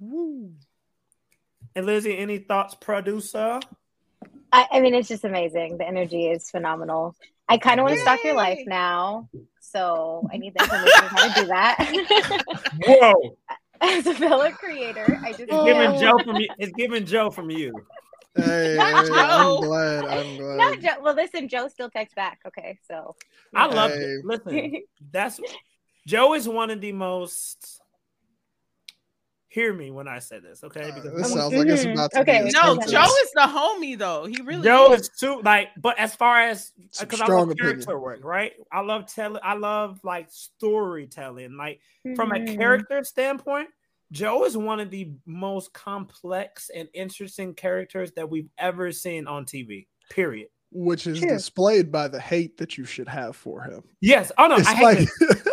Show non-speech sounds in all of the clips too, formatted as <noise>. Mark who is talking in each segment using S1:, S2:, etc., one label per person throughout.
S1: Woo. And Lizzie, any thoughts, producer?
S2: I, I mean, it's just amazing. The energy is phenomenal. I kind of want to stalk your life
S3: Yay.
S2: now, so I need the information on how to do that. <laughs>
S1: Whoa!
S2: As a fellow creator, I just
S1: It's
S3: Oh.
S1: giving Joe from you. It's giving Joe from you.
S4: Hey, hey,
S3: Not
S4: I'm
S3: Joe.
S4: glad. I'm glad.
S2: No, Joe. Well, listen, Joe still texts back. Okay, so
S1: I love
S4: Hey.
S1: it. Listen,
S2: <laughs>
S1: that's Joe is one of the most. Hear me when I say this, okay?
S4: Uh,
S1: Because
S4: this
S2: I'm-
S4: sounds like it's
S2: Mhm.
S4: about to
S2: Okay.
S4: be
S3: No,
S2: Sometimes.
S3: Joe is the homie though. He really
S1: Joe
S3: is.
S1: is too like, but as far as
S4: Some
S1: because I
S4: strong
S1: love character
S4: opinion.
S1: work, right? I love telling, I love like storytelling. Like from a
S3: Mm-hmm.
S2: Mhm.
S1: character standpoint, Joe is one of the most complex and interesting characters that we've ever seen on TV. Period.
S4: which is
S2: True.
S4: displayed by the hate that you should have for him.
S1: Yes. Oh no,
S4: It's
S1: I hate
S4: like
S1: him.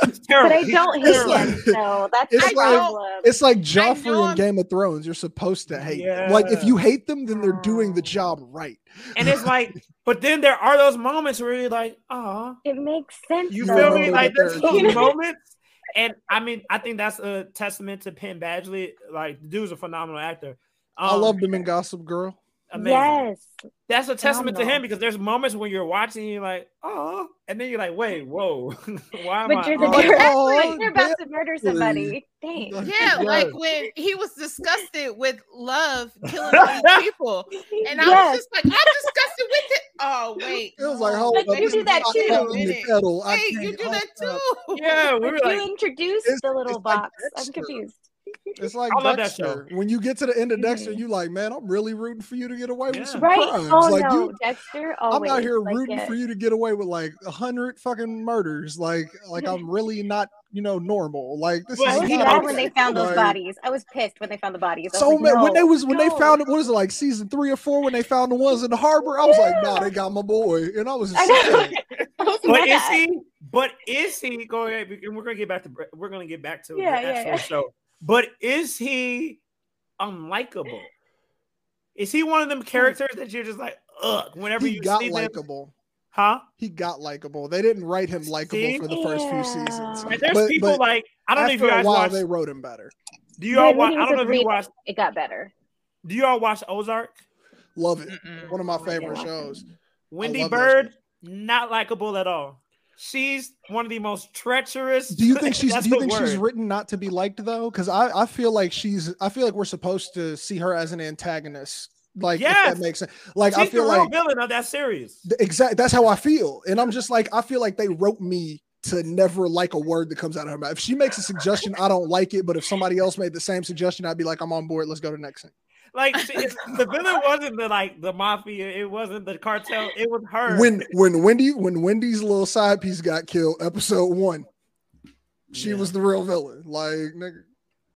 S1: He's terrible.
S2: But I
S1: He's
S2: don't hate
S4: It's
S2: him,
S4: like-
S2: so that's
S4: it's
S2: the
S3: like-
S2: problem.
S4: <laughs> it's like
S3: know
S4: Joffrey in
S3: I'm-
S4: Game of Thrones. You're supposed to hate. them. Like if
S1: Yeah.
S4: you hate them, then they're doing the job right.
S1: And it's like, but then there are those moments where you're like, oh,
S2: it makes sense.
S1: you
S4: No,
S2: though.
S1: feel
S4: no,
S1: me?
S4: no,
S1: Like
S4: no,
S1: there's
S4: no. <laughs>
S1: those moments. And I mean, I think that's a testament to Penn Badgley. Like, the dude's a phenomenal actor.
S4: I
S1: Um,
S4: loved them in Gossip Girl.
S1: amazing.
S2: Yes.
S1: That's a testament to him
S2: Phenomenal.
S1: because there's moments when you're watching, you're like, oh, and then you're like, wait, whoa, <laughs> why am
S2: But
S1: I?
S2: you're the
S1: on?
S4: Like,
S2: director. <laughs>
S4: oh,
S2: You're about to murder somebody. Thanks.
S3: Yeah,
S4: Yes.
S3: like when he was disgusted with
S4: <laughs>
S3: love killing all these people, and I was just like, I'm disgusted with it.
S4: <laughs>
S3: Oh wait,
S4: It was like,
S3: no,
S4: hold
S2: But
S4: up,
S2: you
S4: this
S2: do
S4: is
S2: that
S4: not
S2: too.
S4: following the
S3: Wait,
S4: pedal. I
S3: Wait,
S4: can't
S3: you do
S4: help
S3: that
S4: up.
S3: too.
S4: <laughs>
S1: yeah, we
S2: But
S1: were
S2: you
S1: like,
S2: introduced
S4: it's-
S2: the little
S4: it's like
S2: box. I'm
S4: Dexter.
S2: confused.
S4: It's like
S1: I love that
S4: Dexter. When you get to the end of Dexter,
S2: Mhm.
S4: you like, man, I'm really rooting for you to get away
S1: Yeah.
S4: with some
S2: Right?
S4: crimes.
S2: Oh
S4: like
S2: no,
S4: you,
S2: Dexter.
S4: I'm
S2: Always.
S4: out here
S2: like
S4: rooting
S2: it.
S4: for you to get away with like a hundred fucking murders. Like, like I'm really not, you know, normal. Like this
S1: Well,
S2: I
S4: is
S2: was
S1: he
S4: not
S2: glad
S4: okay.
S2: when they found those
S4: Like,
S2: bodies. I was pissed when they found the bodies. I was
S4: So
S2: like,
S4: man, when
S2: no,
S4: they was when
S2: no.
S4: they found it, what is it like season three or four when they found the ones in the harbor? I was like, nah, they got my boy, and I was just
S2: <laughs> <laughs> I know.
S4: sad.
S2: I was
S1: but is
S2: mad.
S1: he? But is he going? And we're gonna get back to we're gonna get back to
S2: Yeah,
S1: the
S2: yeah,
S1: actual
S2: yeah.
S1: show. But is he unlikable? Is he one of them characters that you're just like, ugh, whenever
S4: Hmm. he
S1: you
S4: got
S1: see them,
S4: likable.
S1: huh?
S4: He got likable. They didn't write him likable
S1: See?
S4: for the first
S2: Yeah.
S4: few seasons.
S1: And there's
S4: But-
S1: people
S4: but
S1: like I don't know if
S4: after
S1: you
S4: a
S1: guys
S4: while,
S1: watch.
S4: they wrote him better.
S1: Do you all
S2: But
S1: watch?
S2: he
S1: I don't
S2: was
S1: know if you
S2: real.
S1: watch.
S2: It got better.
S1: Do you all watch Ozark?
S4: Love it.
S3: Mm-mm.
S4: One of my
S2: Oh my
S4: favorite
S2: God.
S4: shows.
S1: Wendy
S4: love that
S1: Bird, not likable at all. She's one of the most treacherous.
S4: Do you
S1: <laughs>
S4: think she's
S1: that's
S4: do you
S1: the
S4: think she's
S1: word.
S4: written not to be liked though? Because I, I feel like she's I feel like we're supposed to see her as an antagonist. Like if
S1: Yes.
S4: that makes sense. Like I
S1: She's the
S4: feel
S1: real
S4: like
S1: villain of that series.
S4: exactly that's how I feel. And I'm just like, I feel like they wrote me to never like a word that comes out of her mouth. If she makes a suggestion, I don't like it. But if somebody else made the same suggestion, I'd be like, I'm on board. Let's go to the next thing.
S1: Like she, it's- the villain wasn't the like the mafia, it wasn't the cartel, it was her.
S4: When when Wendy when Wendy's little side piece got killed, episode one, she
S1: Yeah.
S4: was the real villain. Like nigga.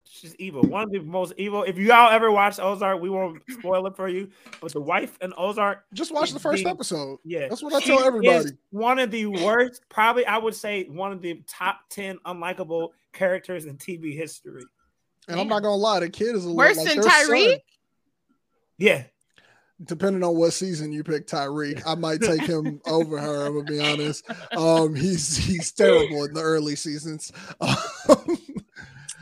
S1: she's evil, one of the most evil. If you all ever watched Ozark, we won't spoil it for you. But the wife in Ozark,
S4: Just watch the first
S1: Indeed.
S4: episode.
S1: yeah,
S4: That's what I
S1: she
S4: tell everybody.
S1: is one of the worst, probably I would say one of the top ten unlikable characters in TV history.
S4: And I'm not gonna lie, the kid is a little
S3: Worse
S4: like
S3: than
S4: their son.
S3: Tyreek?
S1: Yeah,
S4: depending on what season you pick Tyreek, I might take him over her. I'm gonna be honest. Um, he's he's terrible in the early seasons. <laughs>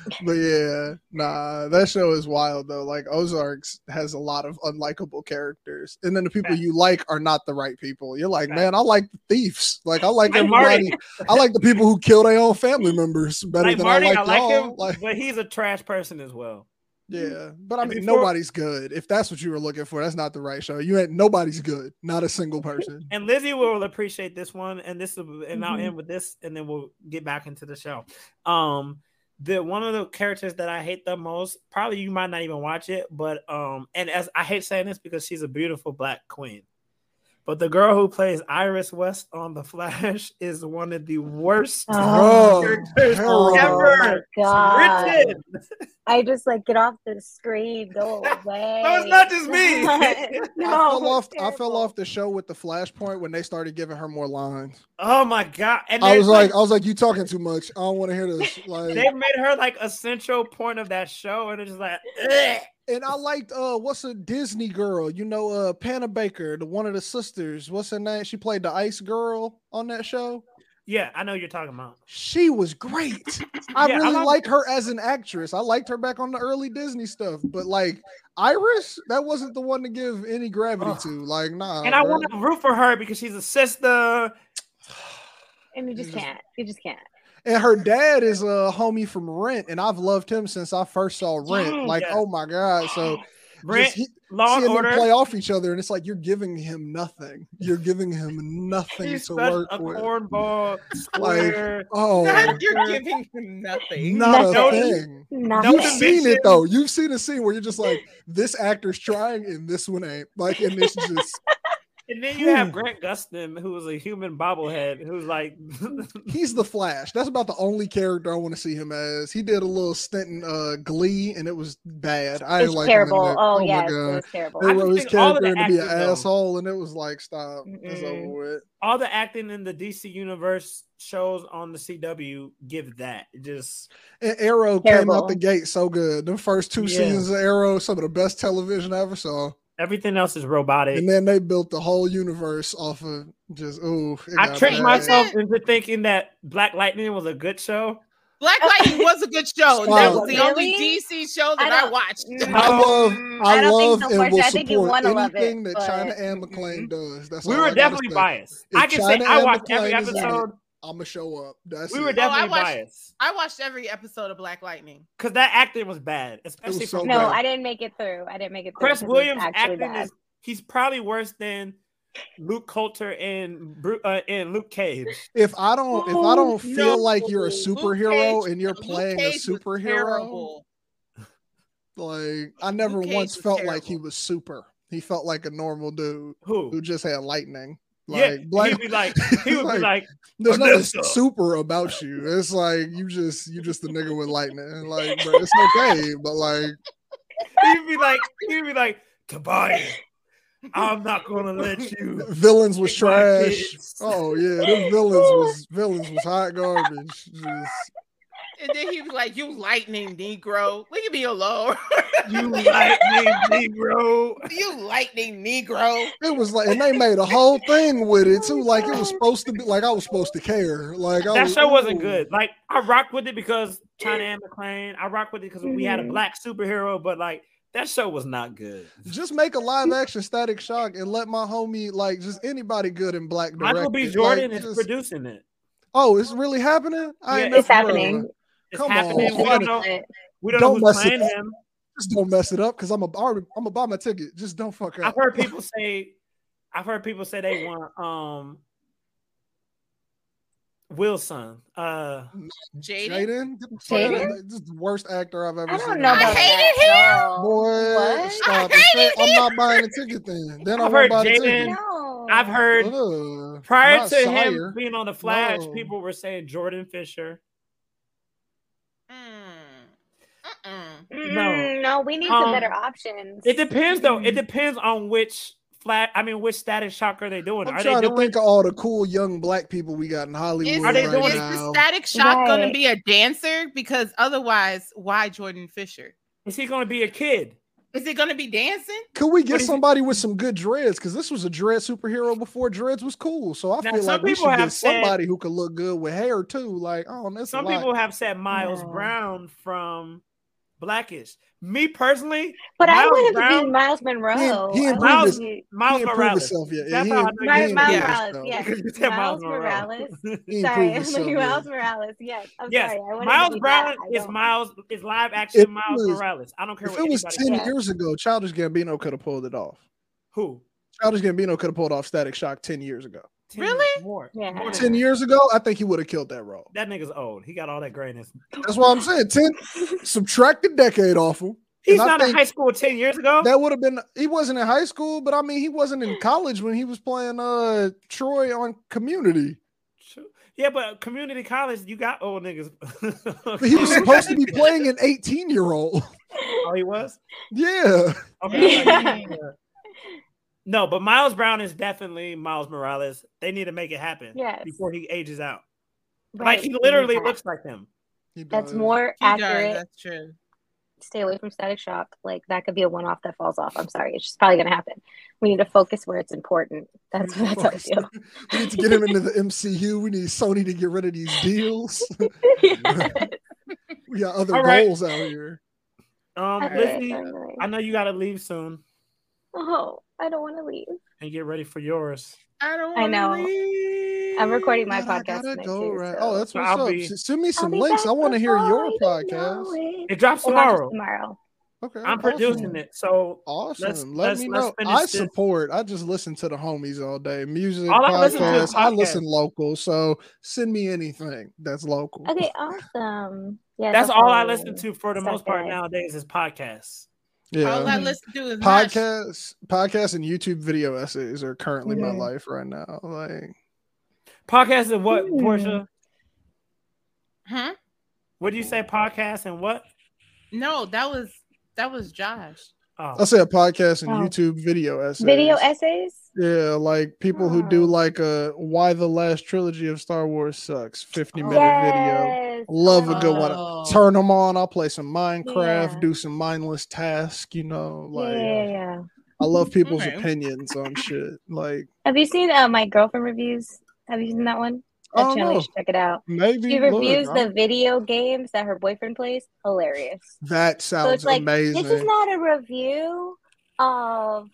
S4: Um, but yeah, nah, that show is wild though. Like Ozarks has a lot of unlikable characters, and then the people you like are not the right people. You're like, man, I like the thieves. Like I like
S1: Like Marty.
S4: everybody. I like the people who kill their own family members better
S1: like
S4: than
S1: Marty,
S4: I
S1: I
S4: like,
S1: like
S4: y'all.
S1: him,
S4: Like,
S1: but he's a trash person as well.
S4: yeah, but I
S1: And
S4: mean,
S1: before-
S4: nobody's good. If that's what you were looking for, that's not the right show. You ain't nobody's good. Not a single person.
S1: And Lizzie will appreciate this one, and this will, and I'll
S2: Mhm.
S1: end with this, and then we'll get back into the show. Um, the one of the characters that I hate the most, probably you might not even watch it, but um, and as I hate saying this because she's a beautiful black queen, but the girl who plays Iris West on The Flash <laughs> is one of the worst
S2: Oh,
S1: characters
S4: terrible.
S2: my
S1: ever.
S2: God.
S1: Written.
S2: I just like get off the screen,
S1: <laughs>
S2: go away.
S1: No, it's not just me.
S2: <laughs>
S1: <laughs>
S2: no,
S4: I fell off.
S2: it's
S4: I fell
S2: terrible.
S4: off the show with the flashpoint when they started giving her more lines.
S1: Oh my god! And
S4: I
S1: there's,
S4: was like, oh, I was like, you talking too much. I don't want to hear this.
S1: they
S4: Like,
S1: made her like a central point of that show, and it's just like, ugh.
S4: and I liked uh, what's a Disney girl? You know, uh, Panna Baker, the one of the sisters. What's her name? She played the Ice Girl on that show.
S1: Yeah, I know you're talking about.
S4: She
S1: <laughs>
S4: was great. I
S1: Yeah, I
S4: really
S1: love-
S4: like her as an actress. I liked her back on the early Disney stuff, but like Iris, that wasn't the one to give any gravity
S1: Ugh.
S4: to. Like, nah.
S1: And I
S4: bruh.
S1: want to root for her because she's a sister.
S2: And you just
S4: Jesus.
S2: can't. You just can't.
S4: And her dad is a homie from Rent, and I've loved him since I first saw Rent.
S2: Yes.
S4: like, oh my god!
S1: <sighs>
S4: So just
S1: Brent,
S4: he-
S1: Law and
S4: seeing them play
S1: Order.
S4: off each other, and it's like you're giving him nothing. You're giving him
S1: <laughs>
S4: nothing
S1: He's
S4: to
S1: such
S4: work
S1: a
S4: with. <laughs>
S1: cornball square. <laughs>
S4: Oh,
S3: <laughs> You're giving
S4: <laughs>
S3: him nothing.
S4: not a
S2: Nothing.
S4: thing.
S2: Not
S1: Nothing.
S4: You've
S1: Nothing.
S4: seen it though. You've seen a scene where you're just like, this actor's trying, and this one ain't. Like, and it's just
S1: and then you have
S4: Hmm.
S1: Grant Gustin, who was a human bobblehead, who's like, <laughs>
S4: he's the Flash. That's about the only character I want to see him as. He did a little stint in uh, Glee, and it was bad. I
S2: It's
S4: didn't like him in
S2: terrible.
S4: that.
S2: Oh,
S4: my
S2: yes, it
S4: God.
S2: was terrible.
S4: They
S1: I
S4: wrote his
S1: just think all of
S4: character in
S1: the
S4: to be an
S1: actors, though.
S4: asshole, and it was like, stop, it's over
S2: Mm-mm.
S4: with.
S1: all the acting in the DC universe shows on the CW give that. It just
S4: And Arrow came
S2: Terrible.
S4: out the gate so good. The first two
S1: Yeah.
S4: seasons of Arrow, some of the best television I ever saw.
S1: everything else is robotic.
S4: And then they built the whole universe off of just oh.
S1: I tricked
S3: bad.
S1: myself into thinking that Black Lightning was a good show.
S3: Black Lightning was a good show.
S4: Oh,
S3: that was the only
S2: really?
S3: DC show
S2: I
S3: that I,
S2: don't-
S3: watched.
S4: I love,
S2: Mm,
S4: I,
S2: don't
S4: love,
S2: think so,
S4: and
S2: Portia.
S4: will
S2: I think you
S4: support
S2: wanna love
S4: anything
S2: it,
S4: that
S2: but- Mm-hmm.
S4: China and
S2: <laughs>
S4: McLean does. That's
S1: We
S4: all I
S1: were
S4: gotta
S1: definitely
S4: say.
S1: biased.
S4: If
S1: I can say
S4: China
S1: I
S4: and
S1: watched every
S4: McClane is in it,
S1: episode.
S4: I'ma show up. That's
S1: We were
S4: it.
S1: definitely
S3: watched-
S1: biased
S3: Oh, I watched every episode of Black Lightning.
S1: because that acting was bad, especially
S4: so
S1: from
S2: No,
S4: bad.
S1: Chris.
S2: I didn't make it through. I didn't make it through.
S1: Chris
S2: 'cause it's
S1: Williams
S2: actually
S1: acting
S2: bad.
S1: is he's probably worse than Luke Coulter and Bru- uh, and Luke Cage.
S4: if I don't, if I
S2: Oh,
S4: don't feel
S3: no.
S4: like you're a
S3: Luke
S4: superhero
S3: Cage-
S4: and you're
S3: Luke
S4: playing a
S3: Cage was
S4: superhero,
S3: terrible.
S4: like I never
S3: Cage
S4: once
S3: was
S4: felt like he
S3: terrible.
S4: was super. He felt like a normal dude who
S1: Who?
S4: just had lightning.
S1: Yeah,
S4: Like black,
S1: he'd be
S4: <laughs>
S1: like, he would be like,
S4: There's nothing
S1: Vanessa.
S4: super about you. It's like you just you just the nigga with lightning. Like, bro, it's okay, but like
S1: he'd be like, he'd be like, Tobias, I'm not gonna let
S4: <laughs>
S1: you.
S4: villains was
S1: Take my
S4: trash.
S1: kids.
S4: Oh yeah, them
S2: <laughs>
S4: villains was villains was hot garbage. Just,
S3: And then he was like, "You lightning Negro, leave me alone.
S1: <laughs> You lightning Negro.
S3: <laughs> you lightning Negro."
S4: it was like, and they made a whole thing with it too. Like it was supposed to be, like I was supposed to care. Like I
S1: That
S4: was,
S1: show wasn't
S4: ooh.
S1: good. Like I rocked with it because China and McClain. I rocked with it because we had a
S2: Mhm.
S1: black superhero, but like that show was not good.
S4: Just make a live action Static Shock and let my homie like just anybody good in black.
S1: Michael
S4: direct
S1: B.
S4: it.
S1: Jordan
S4: Like,
S1: is
S4: just-
S1: producing it.
S4: Oh, it's really happening. I
S1: Yeah,
S4: ain't
S2: It's
S4: never heard of it.
S2: happening.
S1: It's
S4: Come on,
S1: happening. We don't
S4: Jordan.
S1: know.
S2: But
S1: We don't,
S4: Don't
S1: know who's
S4: mess it
S1: playing
S4: up.
S1: him.
S4: just don't mess it up because I'm a I'm gonna buy my ticket. Just don't fuck
S1: I've
S4: up.
S1: heard people say, I've heard people say they want um Wilson. Uh,
S3: Jaden,
S4: Jaden, Get the fuck
S2: Jaden?
S4: out of- this is the worst actor I've ever
S2: I
S4: seen.
S2: don't know
S3: I
S2: about
S3: hated
S2: that. No.
S4: Boy,
S2: What?
S4: stop
S3: I
S4: it.
S3: hated
S4: I'm not buying a ticket then. Then I
S1: I've
S4: won't
S1: heard
S4: buy the
S1: Jaden.
S4: ticket.
S2: No.
S1: I've heard
S4: Ugh,
S1: prior
S4: not
S1: to
S4: Sire.
S1: him being on the Flash,
S4: No.
S1: people were saying Jordan Fisher.
S3: Mm. Mm-mm.
S2: Mm, no, we need
S1: Um,
S2: some better options.
S1: It depends though. It depends on which flat. I mean, which static shock are they doing?
S4: I'm
S1: are they
S4: trying to
S1: doing?
S4: think of all the cool young black people we got in Hollywood
S3: Is,
S1: Are they
S4: right
S1: doing-
S3: is
S4: now.
S3: the static shock going
S2: Right.
S3: to be a dancer? Because otherwise, why Jordan Fisher?
S1: Is he going to be a kid?
S3: Is it going to be dancing?
S4: Could we
S1: What
S4: get
S1: is it-
S4: somebody with some good dreads? Because this was a dread superhero before dreads was cool. So I
S1: Now,
S4: feel
S1: some
S4: like we
S1: people
S4: should get
S1: have said-
S4: somebody who could look good with hair too. Like, oh, that's
S1: Some
S4: a lot.
S1: people have said Miles
S2: No.
S1: Brown from Blackish. Me personally,
S2: but I
S1: Miles
S2: want him to
S1: Brown-
S2: be Miles Monroe.
S4: he
S2: I
S4: improved
S2: want
S1: his-
S2: him to-
S1: Miles
S4: he improved
S1: Morales.
S4: himself yet.
S1: That's
S4: he,
S1: how I
S4: ain't-
S1: know
S4: he
S2: Miles,
S4: ain't
S1: you-
S2: Miles
S4: improved
S1: Yeah.
S2: Morales. Yes.
S4: himself.
S1: Because <laughs> you said
S2: Miles
S1: Miles
S2: Morales.
S4: He ain't
S2: Sorry, <laughs>
S4: improved
S2: I'm
S4: himself
S2: looking
S4: yet.
S2: at Miles Morales. Yes, I'm
S1: Yes,
S2: sorry. I wanted to
S1: Miles
S2: be
S1: Brown
S2: that. I
S1: is
S2: don't-
S1: Miles is live
S4: If it
S1: action Miles
S4: was-
S1: Morales. I don't care
S4: If
S1: what
S4: it was
S1: anybody
S4: 10
S1: says.
S4: years ago, Childish Gambino could have pulled it off.
S1: Who?
S4: Childish Gambino could have pulled off Static Shock 10 years ago.
S1: 10
S3: Really?
S1: years More.
S2: Yeah.
S1: More than
S4: 10
S1: that.
S4: years ago, I think he would have killed that role.
S1: That nigga's old. He got all that grayness.
S4: That's why I'm saying 10,
S1: <laughs>
S4: subtract a decade off him.
S1: He's
S4: I
S1: not in
S4: think
S1: high school 10 years ago.
S4: That would have been, he wasn't in high school, but I mean, he wasn't in college when he was playing uh Troy on Community.
S1: True. Yeah, but community college, you got old niggas.
S4: But <laughs> he
S1: <laughs>
S4: was supposed to be playing an 18 year old.
S1: Oh, he was?
S4: <laughs> yeah.
S1: Okay. I
S2: <laughs>
S1: thought
S2: Yeah.
S1: you were- No, but Miles Brown is definitely Miles Morales. They need to make it happen
S2: Yes.
S1: before he ages out.
S2: Right,
S1: Like he
S2: we need
S1: literally
S2: that.
S1: looks like him.
S4: He
S2: That's
S4: does.
S2: more
S3: He does,
S2: accurate
S3: That's true.
S2: stay away from static shock. Like that could be a one off that falls off. I'm sorry. It's just probably gonna happen. We need to focus where it's important. That's that's how I feel.
S4: <laughs>
S2: <laughs>
S4: we need to get him into the MCU. We need Sony to get rid of these deals. <laughs>
S2: Yes.
S4: we got other
S1: All right.
S4: goals out here.
S1: Um,
S2: Okay,
S1: Lizzie,
S2: all right.
S1: I know you got to leave soon
S2: Oh, I don't want to leave.
S1: and get ready for yours.
S3: I don't
S2: I
S3: want
S2: know.
S3: to leave.
S2: I'm recording my
S4: God, I
S2: podcast
S4: gotta
S2: tonight
S4: go
S2: too.
S4: right-
S2: so-
S4: Oh, that's
S1: So
S4: what's
S1: I'll
S4: up.
S1: be-
S4: S- Send me
S2: I'll
S4: some
S2: be
S4: links.
S2: back
S4: I want to hear
S2: before
S4: your
S2: you know
S4: podcast.
S2: it.
S1: It drops
S2: Well, not just
S1: tomorrow.
S2: tomorrow.
S4: Okay,
S1: I'm producing
S4: awesome.
S1: it, so
S4: Awesome.
S1: Let's-
S4: Let
S1: let's-
S4: me
S1: let's
S4: know.
S1: finish
S4: I
S1: this.
S4: support. I just listen to the homies all day. Music,
S1: All I listen to
S4: podcasts.
S1: is
S4: I
S1: podcasts.
S4: listen local. So send me anything that's local.
S2: Okay, awesome. Yeah,
S1: that's all I listen
S2: definitely.
S1: to for the most part
S2: Okay.
S1: nowadays is podcasts.
S3: All
S4: Yeah.
S3: I listen to is podcast.
S4: Podcasts, podcasts, and YouTube video essays are currently my
S2: Mhm.
S4: life right now. Like,
S1: Podcasts and what,
S2: Hmm.
S1: Portia?
S3: Huh?
S1: What do you say? Podcasts and what?
S3: No, that was that was Josh.
S4: I
S1: Oh,
S4: say a podcast and
S2: Oh.
S4: YouTube video essays.
S2: Video essays.
S4: Yeah, like people who do
S2: Oh.
S4: like a why the last trilogy of Star Wars sucks 50
S2: Oh,
S4: minute video.
S2: Yes.
S4: Love a good
S3: Oh.
S4: one. Turn them on. I'll play some Minecraft,
S2: Yeah.
S4: do some mindless task. You know,
S2: Yeah,
S4: like
S2: yeah, yeah.
S4: I love people's
S3: Okay.
S2: <laughs>
S4: opinions on shit. Like,
S2: Have you seen uh, my girlfriend reviews? Have you seen that one? That
S4: I don't
S2: channel, you
S4: know.
S2: should check it out.
S4: Maybe
S2: She
S4: look,
S2: reviews
S4: I-
S2: the video games that her boyfriend plays. Hilarious.
S4: that sounds
S2: like,
S4: amazing.
S2: This is not a review of.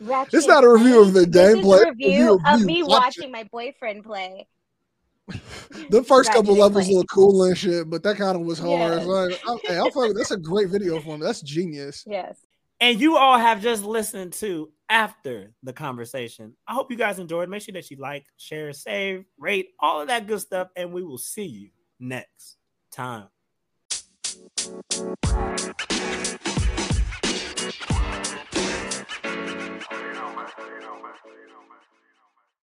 S2: Ratchet
S4: It's not a
S2: and
S4: review of the
S2: Clank. This is
S4: gameplay,
S2: a review
S4: review
S2: of
S4: of
S2: me
S4: you
S2: watching my boyfriend play.
S4: the first
S2: Ratchet
S4: couple
S2: and
S4: levels
S2: Clank.
S4: look cool and shit, but that kind of was hard.
S2: Yeah.
S4: Like, I, hey, I'm fucking- that's a great video for me. That's genius.
S2: Yes.
S1: and you all have just listened to after the conversation. I hope you guys enjoyed. Make sure that you like, share, save, rate, all of that good stuff, and we will see you next time.